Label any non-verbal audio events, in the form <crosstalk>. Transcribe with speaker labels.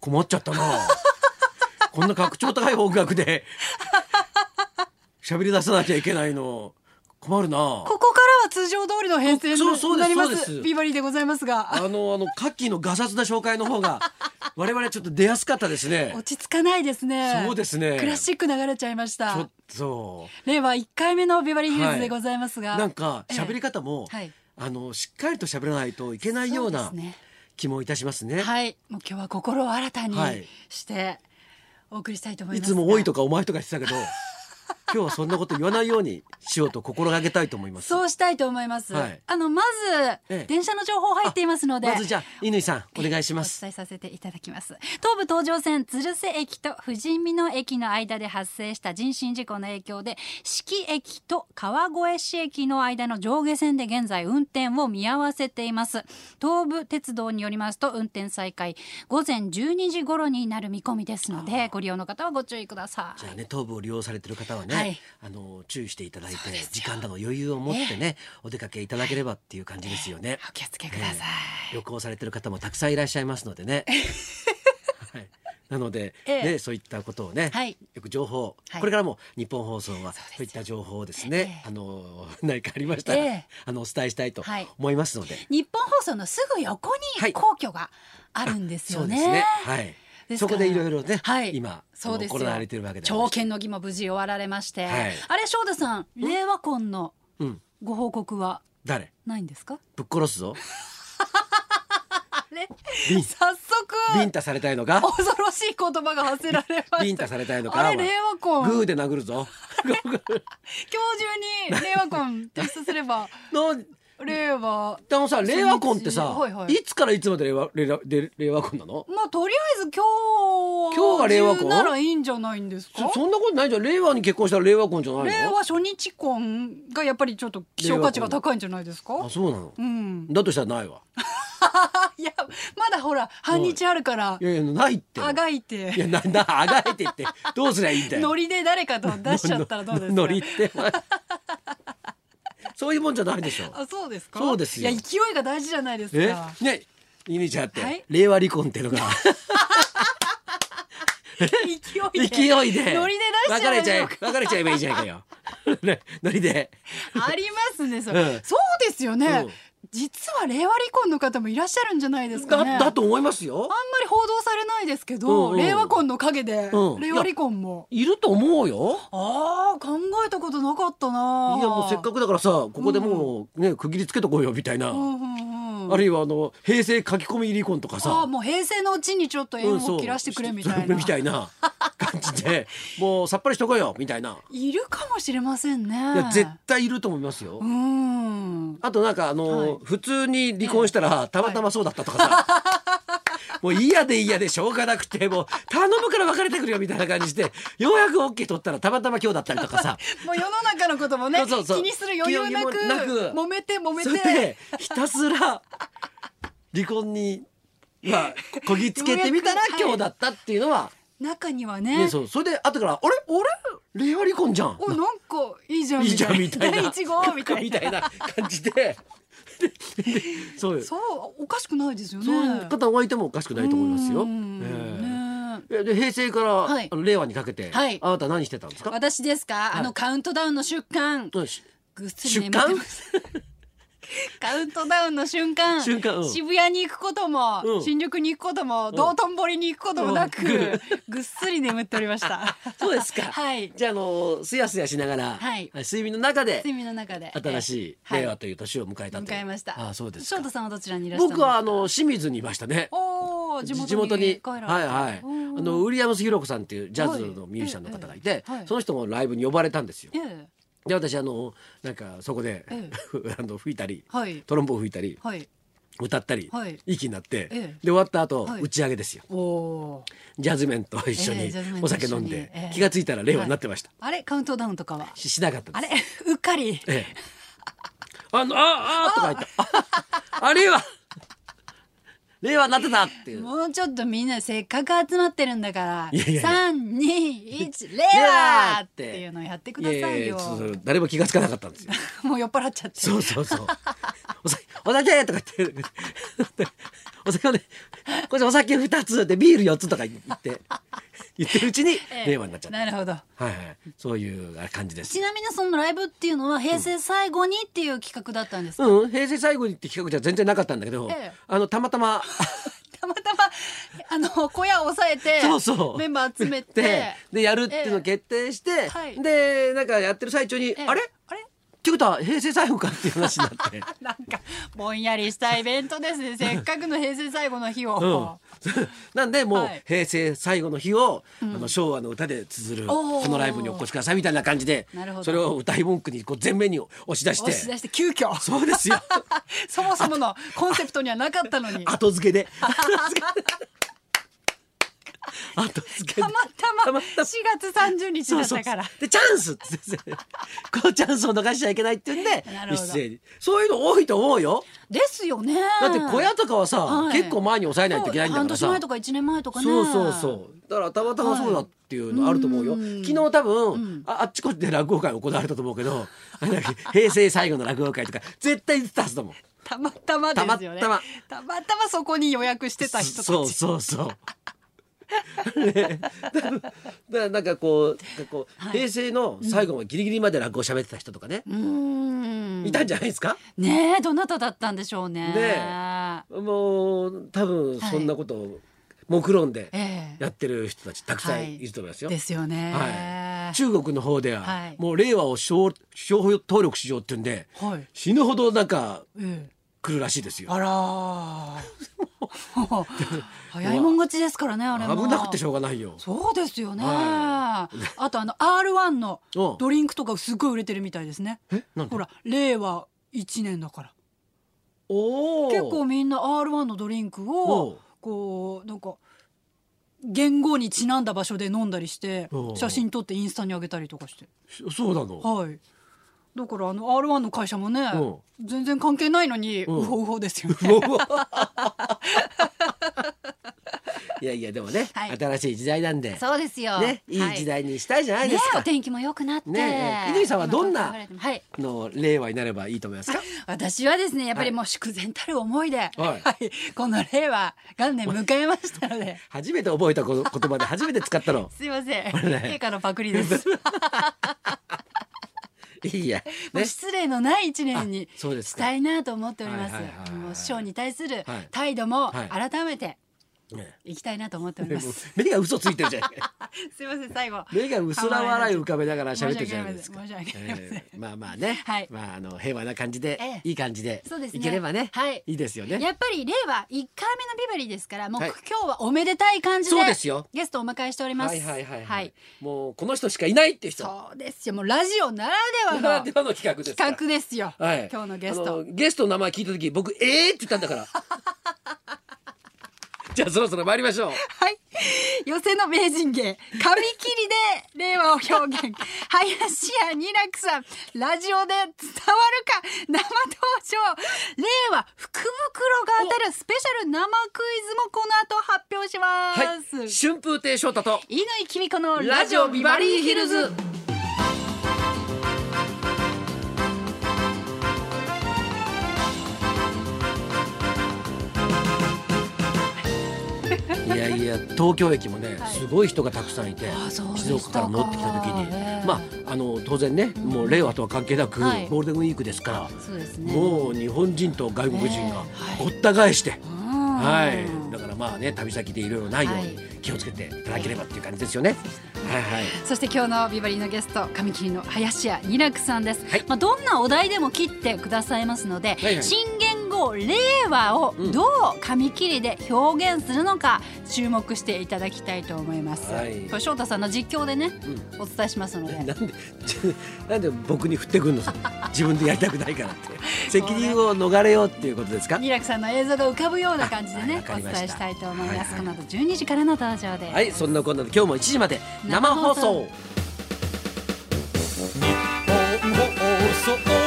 Speaker 1: 困っちゃったな <laughs> こんな格調高い音楽で喋り出さなきゃいけないの困るな
Speaker 2: ここからは通常通りの編成
Speaker 1: そうそう
Speaker 2: に
Speaker 1: で
Speaker 2: な
Speaker 1: す
Speaker 2: りま
Speaker 1: そうですす
Speaker 2: ビバリーでございます
Speaker 1: あ
Speaker 2: が
Speaker 1: のあのカッキーのガサツな紹介の方が我々ちょっと出やすかったですね
Speaker 2: 落ち着かないですね
Speaker 1: そうですね
Speaker 2: クラシック流れちゃいまし
Speaker 1: ちょ
Speaker 2: た
Speaker 1: っと
Speaker 2: 令和1回目のビバリーヒルズでございますが、
Speaker 1: なんか喋り方も、
Speaker 2: ええはい
Speaker 1: あのしっかりと喋らないといけないよう
Speaker 2: そ
Speaker 1: な
Speaker 2: ですね
Speaker 1: 気もいたしますね。
Speaker 2: はい、もう今日は心を新たに
Speaker 1: はい
Speaker 2: してお送りしたいと思い
Speaker 1: い
Speaker 2: ます
Speaker 1: つ
Speaker 2: が。
Speaker 1: も多いとかお前とか言ってたけど、今日はそんなこと言わないようにしようと心がけたいと思います。
Speaker 2: そうしたいと思います。
Speaker 1: はい
Speaker 2: あのまず、
Speaker 1: ええ
Speaker 2: 電車の情報入っていますので、
Speaker 1: まずじゃあ乾さんお願いします
Speaker 2: お。伝えさせていただきます東武東上線鶴瀬駅と富士見野駅の間で発生した人身事故の影響で四季駅と川越市駅の間の上下線で現在運転を見合わせています東武鉄道によりますと運転再開午前12時頃になる見込みですのでご利用の方はご注意ください
Speaker 1: じゃあね頭部を利用されてる方はね、
Speaker 2: はい
Speaker 1: あの注意していただいて
Speaker 2: そうですよ
Speaker 1: 時間だの余裕を持ってねお出かけいただければっていう感じですよね。
Speaker 2: お気をつけください、
Speaker 1: 旅行されてる方もたくさんいらっしゃいますのでね。はいなので、
Speaker 2: ええ
Speaker 1: ね、そういったことをね、
Speaker 2: はい
Speaker 1: よく情報、
Speaker 2: はい
Speaker 1: これからも日本放送は
Speaker 2: そうですよ
Speaker 1: そういった情報をですね、
Speaker 2: ええ
Speaker 1: あの <laughs> 何かありましたら、
Speaker 2: ええ
Speaker 1: あのお伝えしたいと
Speaker 2: はい
Speaker 1: 思いますので、
Speaker 2: 日本放送のすぐ横
Speaker 1: は
Speaker 2: に
Speaker 1: い
Speaker 2: 皇居があるんです
Speaker 1: そ
Speaker 2: よ
Speaker 1: う
Speaker 2: ね。
Speaker 1: ですね、はい、
Speaker 2: です
Speaker 1: そ
Speaker 2: から
Speaker 1: こでいろいろね、
Speaker 2: はい
Speaker 1: 今
Speaker 2: そうですよ
Speaker 1: 行われてるわけでありま
Speaker 2: 長
Speaker 1: して
Speaker 2: 剣の儀も無事終わられまして、
Speaker 1: はい
Speaker 2: あれ翔太さん令和婚の
Speaker 1: うん、
Speaker 2: ご報告は
Speaker 1: 誰
Speaker 2: ないんですか
Speaker 1: ぶっ殺すぞ、
Speaker 2: あれ
Speaker 1: ビン
Speaker 2: 早速
Speaker 1: ビンタされたいのか、
Speaker 2: 恐ろしい言葉が発せられま
Speaker 1: ビ
Speaker 2: し
Speaker 1: ン
Speaker 2: た
Speaker 1: タされたいのか、
Speaker 2: あれ令和婚
Speaker 1: グ
Speaker 2: 今
Speaker 1: ーで殴るぞ。
Speaker 2: 日中に令和婚提出す
Speaker 1: <laughs>
Speaker 2: れば
Speaker 1: の
Speaker 2: 令和
Speaker 1: でもさ、令和婚ってさ、、
Speaker 2: 初日はいはい
Speaker 1: つからいつまで令和令和で令和婚なの？
Speaker 2: まあとりあえず今日
Speaker 1: 今日が令和婚
Speaker 2: ならいいんじゃないんですか
Speaker 1: そそんなことないじゃん。令和に結婚したら令和婚じゃないの？
Speaker 2: 令和初日婚がやっぱりちょっと希少価値が高いんじゃないですか
Speaker 1: あ、そうなの。
Speaker 2: うん
Speaker 1: だとしたらないわ。
Speaker 2: いやまだほら半日あるから
Speaker 1: いやいやないって。
Speaker 2: あが
Speaker 1: い。
Speaker 2: い
Speaker 1: いや
Speaker 2: て
Speaker 1: ななあがいてってどうすりゃいいんだよ。
Speaker 2: ノリで誰かと出しちゃったらどうですか
Speaker 1: ノリって。そういうもんじゃないでしょ。
Speaker 2: あそうですか
Speaker 1: そうですよ
Speaker 2: いや勢いが大事じゃないです
Speaker 1: え
Speaker 2: か
Speaker 1: ね、イニちゃんって、
Speaker 2: はい
Speaker 1: 令和離婚っていうのが
Speaker 2: 勢い
Speaker 1: <laughs>
Speaker 2: で
Speaker 1: 勢いで
Speaker 2: ノリで出しち
Speaker 1: 別
Speaker 2: ゃ
Speaker 1: れ
Speaker 2: いま
Speaker 1: ち
Speaker 2: し
Speaker 1: ゃ
Speaker 2: ょ
Speaker 1: え
Speaker 2: うか
Speaker 1: 別れちゃえばいいじゃないかよ。 <laughs> ねノリで。
Speaker 2: ありますねそ,、
Speaker 1: うん
Speaker 2: そうですよね、
Speaker 1: うん
Speaker 2: 実は令和離婚の方もいらっしゃるんじゃないですかね
Speaker 1: だだと思いますよ
Speaker 2: あん。まり報道されないですけど、
Speaker 1: うんうん
Speaker 2: 令和婚の陰で、
Speaker 1: うん
Speaker 2: 令和離婚も
Speaker 1: いると思うよ。
Speaker 2: ああ考えたことなかったない
Speaker 1: やもうせっかくだからさここでもうね、区切りつけとこうよみたいな、
Speaker 2: うんうんうん
Speaker 1: あるいはあの平成書き込み離婚とか
Speaker 2: あ
Speaker 1: さ
Speaker 2: あもう平成のうちにちょっと
Speaker 1: う
Speaker 2: 縁
Speaker 1: ん
Speaker 2: を切らしてくれみたい
Speaker 1: <laughs>
Speaker 2: な、
Speaker 1: みたいな感じ
Speaker 2: <laughs>
Speaker 1: でもうさっぱりしとこうよみたいない
Speaker 2: るかもしれませんね
Speaker 1: いや絶対いると思いますよ。
Speaker 2: うん
Speaker 1: あとなんかあの、
Speaker 2: はい
Speaker 1: 普通に離婚したらたまたまそうだったとかさ、 <laughs> もう嫌で嫌でしょうがなくてもう頼むから別れてくるよみたいな感じでようやく OK 取ったらたまたま今日だったりとかさ。
Speaker 2: もう世の中のこともね
Speaker 1: そうそうそう
Speaker 2: 気にする余裕なく
Speaker 1: 気にもなく
Speaker 2: 揉めて揉め
Speaker 1: それ
Speaker 2: て
Speaker 1: でひたすら離婚に、まあ、ここぎつけてみたら
Speaker 2: ようやくはい
Speaker 1: 今日だったっていうのは、
Speaker 2: 中には
Speaker 1: ね、
Speaker 2: ね
Speaker 1: そうそれで後から「あれ俺令和離婚じゃん
Speaker 2: おなんかいいじゃん
Speaker 1: いいじゃん」みたいな
Speaker 2: 第一号みたいな
Speaker 1: みたいな感じでででそうよそ
Speaker 2: そうおかしくないですよね
Speaker 1: ういう方がいてもおかしくないと思いますよ。
Speaker 2: うん
Speaker 1: え
Speaker 2: ね
Speaker 1: ええで平成から、
Speaker 2: はい
Speaker 1: あの令和にかけて、
Speaker 2: はい
Speaker 1: あなた何してたんですか
Speaker 2: 私ですか、あのカウントダウンの瞬間
Speaker 1: うんし
Speaker 2: ぐっす
Speaker 1: 出
Speaker 2: り眠って
Speaker 1: 刊
Speaker 2: ます <laughs> カウントダウンの瞬間
Speaker 1: 瞬間うん
Speaker 2: 渋谷に行くことも、
Speaker 1: うん
Speaker 2: 新宿に行くことも、道頓堀に行くこともなく、ぐっすり眠っておりました
Speaker 1: <laughs> そうですか、
Speaker 2: はい
Speaker 1: じゃああのすやすやしながら、
Speaker 2: はい
Speaker 1: 睡眠の中で
Speaker 2: 睡眠の中で
Speaker 1: 新しい
Speaker 2: ええ
Speaker 1: 令和という年を迎えたという、
Speaker 2: 迎えました
Speaker 1: ああそうです
Speaker 2: 翔
Speaker 1: か
Speaker 2: 太さんはどちらにいらっしゃいます
Speaker 1: 僕
Speaker 2: か
Speaker 1: はあの清水にいましたね
Speaker 2: おー地元に帰られた
Speaker 1: はいはいあ
Speaker 2: おー
Speaker 1: のウィリアムス・ヒロコさんっていうジャズのミュージシャンの方がいて、
Speaker 2: ええええはい
Speaker 1: その人もライブに呼ばれたんですよ
Speaker 2: ええ
Speaker 1: で私あのなんかそこで、
Speaker 2: え
Speaker 1: <laughs> あの吹いたり、
Speaker 2: はい
Speaker 1: トロンボーン吹いたり
Speaker 2: はい
Speaker 1: 歌ったり、
Speaker 2: はい
Speaker 1: 息になって、
Speaker 2: ええ
Speaker 1: で終わった後、
Speaker 2: はい
Speaker 1: 打ち上げですよ
Speaker 2: おお
Speaker 1: ジャズメンと一緒
Speaker 2: ええ
Speaker 1: に
Speaker 2: ジャズメン
Speaker 1: お
Speaker 2: と一緒
Speaker 1: 酒
Speaker 2: に
Speaker 1: 飲んで、
Speaker 2: ええ
Speaker 1: 気がついたら令和になってました、
Speaker 2: あれカウントダウンとかは
Speaker 1: ししなかった
Speaker 2: あ
Speaker 1: で
Speaker 2: れ <laughs>
Speaker 1: す
Speaker 2: うっかり
Speaker 1: ええ、あのあああとか言ったああ令和令和になってたっていう
Speaker 2: もうちょっとみんなせっかく集まってるんだから
Speaker 1: いやいやいや
Speaker 2: 三二一レ
Speaker 1: レ
Speaker 2: ア
Speaker 1: ア
Speaker 2: っ
Speaker 1: ってて
Speaker 2: いうのをやってくださいよ
Speaker 1: ややちょっと誰も気がつかなかったんですよ。
Speaker 2: もう酔っ払っちゃって
Speaker 1: そうそうそう。お酒、お酒とか言って、お酒をね、これお酒二つでビール四つとか言って言ってるうちに
Speaker 2: ええ
Speaker 1: 令和になっちゃった。
Speaker 2: なるほど
Speaker 1: はいはい、そういう感じです
Speaker 2: ち。なみにそのライブっていうのは平成最後にっていう企画だったんですか、
Speaker 1: うん、平成最後にって企画じゃ全然なかったんだけど、
Speaker 2: ええ
Speaker 1: あのたまたま
Speaker 2: <laughs> たまたまあの小屋を抑えて
Speaker 1: そうそう
Speaker 2: メンバー集
Speaker 1: <laughs>
Speaker 2: め
Speaker 1: で
Speaker 2: て
Speaker 1: でやるっていうのを
Speaker 2: ええ
Speaker 1: 決定して、
Speaker 2: はい
Speaker 1: でなんかやってる最中に、
Speaker 2: ええ
Speaker 1: あれっ
Speaker 2: あれ <laughs>
Speaker 1: ていうことは平成最後かっていう話になって
Speaker 2: なんかぼんやりしたイベントですねせっかくの平成最後の日を、
Speaker 1: うん、 <laughs> なんでもう、
Speaker 2: はい
Speaker 1: 平成最後の日を、あの昭和の歌で綴る
Speaker 2: おー
Speaker 1: このライブにお越しくださいみたいな感じで
Speaker 2: なるほど
Speaker 1: それを歌い文句にこう前面に押し出して
Speaker 2: 押し出して急遽
Speaker 1: そうです
Speaker 2: <laughs>
Speaker 1: よ
Speaker 2: そもそものコンセプトにはなかったのにた
Speaker 1: 後付
Speaker 2: <laughs>
Speaker 1: けで後付けで
Speaker 2: またま4月30日
Speaker 1: そう
Speaker 2: だっ
Speaker 1: そう
Speaker 2: たから
Speaker 1: でチャンス <laughs> って先生このチャンスを逃しちゃいけないって言うんで
Speaker 2: なる
Speaker 1: 一
Speaker 2: ほど
Speaker 1: 斉にそういうの多いと思うよ
Speaker 2: ですよね
Speaker 1: だって小屋とかはさ、
Speaker 2: はい
Speaker 1: 結構前に抑えないといけないんだからさ
Speaker 2: 半年前とか1年前とかね
Speaker 1: そうそうそうだからたまたまそうだっていうのあると思うよ、
Speaker 2: はいうん
Speaker 1: 昨日多分、ああっちこっちで落語会行われたと思うけど <laughs> あれだっけ平成最後の落語会とか絶対言ってたはずだもん
Speaker 2: たまたまですよね
Speaker 1: たまた
Speaker 2: たまたまそこに予約してた人たち
Speaker 1: そうそうそう <laughs> ね多分だからなんかこうなんかこう、平成の最後までギリギリまで落語喋ってた人とかね、
Speaker 2: うーん
Speaker 1: いたんじゃないですか
Speaker 2: ねえどなただったんでしょうね
Speaker 1: ねえもう多分そんなことを目論んで
Speaker 2: ええ
Speaker 1: やってる人たちたくさ
Speaker 2: は
Speaker 1: ん
Speaker 2: い
Speaker 1: いると思いますよ。
Speaker 2: ですよね、
Speaker 1: はい、中国の方では、
Speaker 2: はい
Speaker 1: もう令和を商商標登録しようって言うんで
Speaker 2: はい
Speaker 1: 死ぬほどなんか
Speaker 2: ええ
Speaker 1: 来るらしいですよ。
Speaker 2: あらー
Speaker 1: <laughs>
Speaker 2: 早いもん勝ちですからねあれも
Speaker 1: 危なくてしょうがないよ。
Speaker 2: そうですよね、
Speaker 1: は
Speaker 2: あとあの R1 の
Speaker 1: うん
Speaker 2: ドリンクとかすごい売れてるみたいですね
Speaker 1: えなんで
Speaker 2: ほら令和1年だから
Speaker 1: おお
Speaker 2: 結構みんな R1 のドリンク
Speaker 1: お
Speaker 2: を
Speaker 1: う
Speaker 2: こうなんか言語にちなんだ場所で飲んだりして
Speaker 1: おう
Speaker 2: 写真撮ってインスタに上げたりとかして
Speaker 1: そうなの。
Speaker 2: はいだからあの R1 の会社もね
Speaker 1: お
Speaker 2: 全然関係ないのに
Speaker 1: おう
Speaker 2: ウホウホですよね
Speaker 1: もう <laughs> いやいやでもね、
Speaker 2: はい
Speaker 1: 新しい時代なんで、
Speaker 2: そうですよ
Speaker 1: ね、いい時代にしたいじゃないですか。
Speaker 2: ね、お天気も良くなって、
Speaker 1: ねええ乾さんはどんな
Speaker 2: 今から流れてもはい
Speaker 1: の令和になればいいと思いますか。
Speaker 2: 私はですねやっぱりもう祝然たる思いで、はいこの令和元年迎えました
Speaker 1: <laughs>
Speaker 2: ので
Speaker 1: 初めて覚えたこの言葉で初めて使った
Speaker 2: <laughs>
Speaker 1: の。
Speaker 2: すいませ
Speaker 1: れね
Speaker 2: ん陛下のパクリです
Speaker 1: いいや。
Speaker 2: もう
Speaker 1: ね。
Speaker 2: 失礼のない一年に
Speaker 1: あそうで
Speaker 2: し
Speaker 1: すか
Speaker 2: たいなと思っております
Speaker 1: はいはいはいはい
Speaker 2: もう師匠に対する
Speaker 1: はい
Speaker 2: 態度も
Speaker 1: はい
Speaker 2: 改めて
Speaker 1: ね
Speaker 2: いきたいなと思っており
Speaker 1: で
Speaker 2: ま
Speaker 1: も
Speaker 2: す、
Speaker 1: 目が嘘ついてる
Speaker 2: <laughs>
Speaker 1: じゃない。
Speaker 2: すいません最後
Speaker 1: 目が薄ら笑い浮かべながら喋ってるじゃないですか。
Speaker 2: 申し訳ありません申し訳ありません
Speaker 1: ええまあまあね。
Speaker 2: はい
Speaker 1: まああの平和な感じで、
Speaker 2: ええ
Speaker 1: いい感じで
Speaker 2: <laughs> そうですね
Speaker 1: いければね。
Speaker 2: はい
Speaker 1: いいですよね。
Speaker 2: やっぱり令和一回目のビバリーですからもう、
Speaker 1: はい
Speaker 2: 今日はおめでたい感じで
Speaker 1: そうですよ
Speaker 2: ゲストをお迎えしておりま
Speaker 1: は
Speaker 2: す
Speaker 1: いはいはいはい、もうこの人しかいないっていう人。
Speaker 2: そうですよもうラジオならで
Speaker 1: な
Speaker 2: は
Speaker 1: ら
Speaker 2: の
Speaker 1: ではの企画ですから。
Speaker 2: 企画ですよ、
Speaker 1: はい。
Speaker 2: 今日のゲス
Speaker 1: あの
Speaker 2: ト
Speaker 1: ゲストの名前聞いた時僕ええって言ったんだ
Speaker 2: <laughs>
Speaker 1: から。じゃあそろそろ参りましょう。
Speaker 2: はい寄せの名人芸紙切りで令和を
Speaker 1: <laughs>
Speaker 2: 表現林家二楽さんラジオで伝わるか生登場令和福袋が当たるスペシャル生クイズもこの後発表し
Speaker 1: は
Speaker 2: ます、
Speaker 1: い。春風亭昇太と
Speaker 2: 乾きみこの
Speaker 1: ラ
Speaker 2: ラ
Speaker 1: ジ
Speaker 2: ジ
Speaker 1: オ
Speaker 2: オ
Speaker 1: ビ
Speaker 2: ビ
Speaker 1: バ
Speaker 2: バ
Speaker 1: リ
Speaker 2: リ
Speaker 1: ー
Speaker 2: ー
Speaker 1: ヒ
Speaker 2: ヒ
Speaker 1: ル
Speaker 2: ル
Speaker 1: ズ
Speaker 2: ズ。
Speaker 1: <laughs> いやいや東京駅もね、
Speaker 2: はい
Speaker 1: すごい人がたくさんいて
Speaker 2: あそうでし
Speaker 1: 静
Speaker 2: たか
Speaker 1: 岡から戻ってきた時に、
Speaker 2: ええ
Speaker 1: まああの当然ね、もう令和とは関係なく、
Speaker 2: はい
Speaker 1: ゴールデンウィークですから、
Speaker 2: そうです
Speaker 1: もう日本人と外国人が
Speaker 2: ええ
Speaker 1: ごった返して、は、
Speaker 2: はい
Speaker 1: だからまあね旅先でいろいろないように
Speaker 2: は
Speaker 1: 気をつけていただければっていう感じですよね。はいはい。
Speaker 2: そして今日のビバリーのゲスト神切りの林家二楽さんです、
Speaker 1: はい
Speaker 2: まあどんなお題でも切ってくださいますので、
Speaker 1: はいはい
Speaker 2: 新元号令和を
Speaker 1: うん
Speaker 2: どう紙切りで表現するのか注目していただきたいと思います、
Speaker 1: はい
Speaker 2: これ翔太さんの実況でね、
Speaker 1: う
Speaker 2: お伝えしますの
Speaker 1: な
Speaker 2: で
Speaker 1: んで <laughs> ちょなんで僕に振ってくるのそれ自分でやりたくないから <laughs> って責任を逃れようっていうことですか。
Speaker 2: 二楽さんの映像が浮かぶような感じで
Speaker 1: あ
Speaker 2: ね
Speaker 1: わ
Speaker 2: お
Speaker 1: かり
Speaker 2: 伝
Speaker 1: ました
Speaker 2: えしたいと思います、
Speaker 1: はいはい
Speaker 2: この後12時からの登場です、
Speaker 1: はいそんなこんなで今日も1時まで生放
Speaker 2: 生放
Speaker 1: 送
Speaker 2: 送。
Speaker 1: 日本放送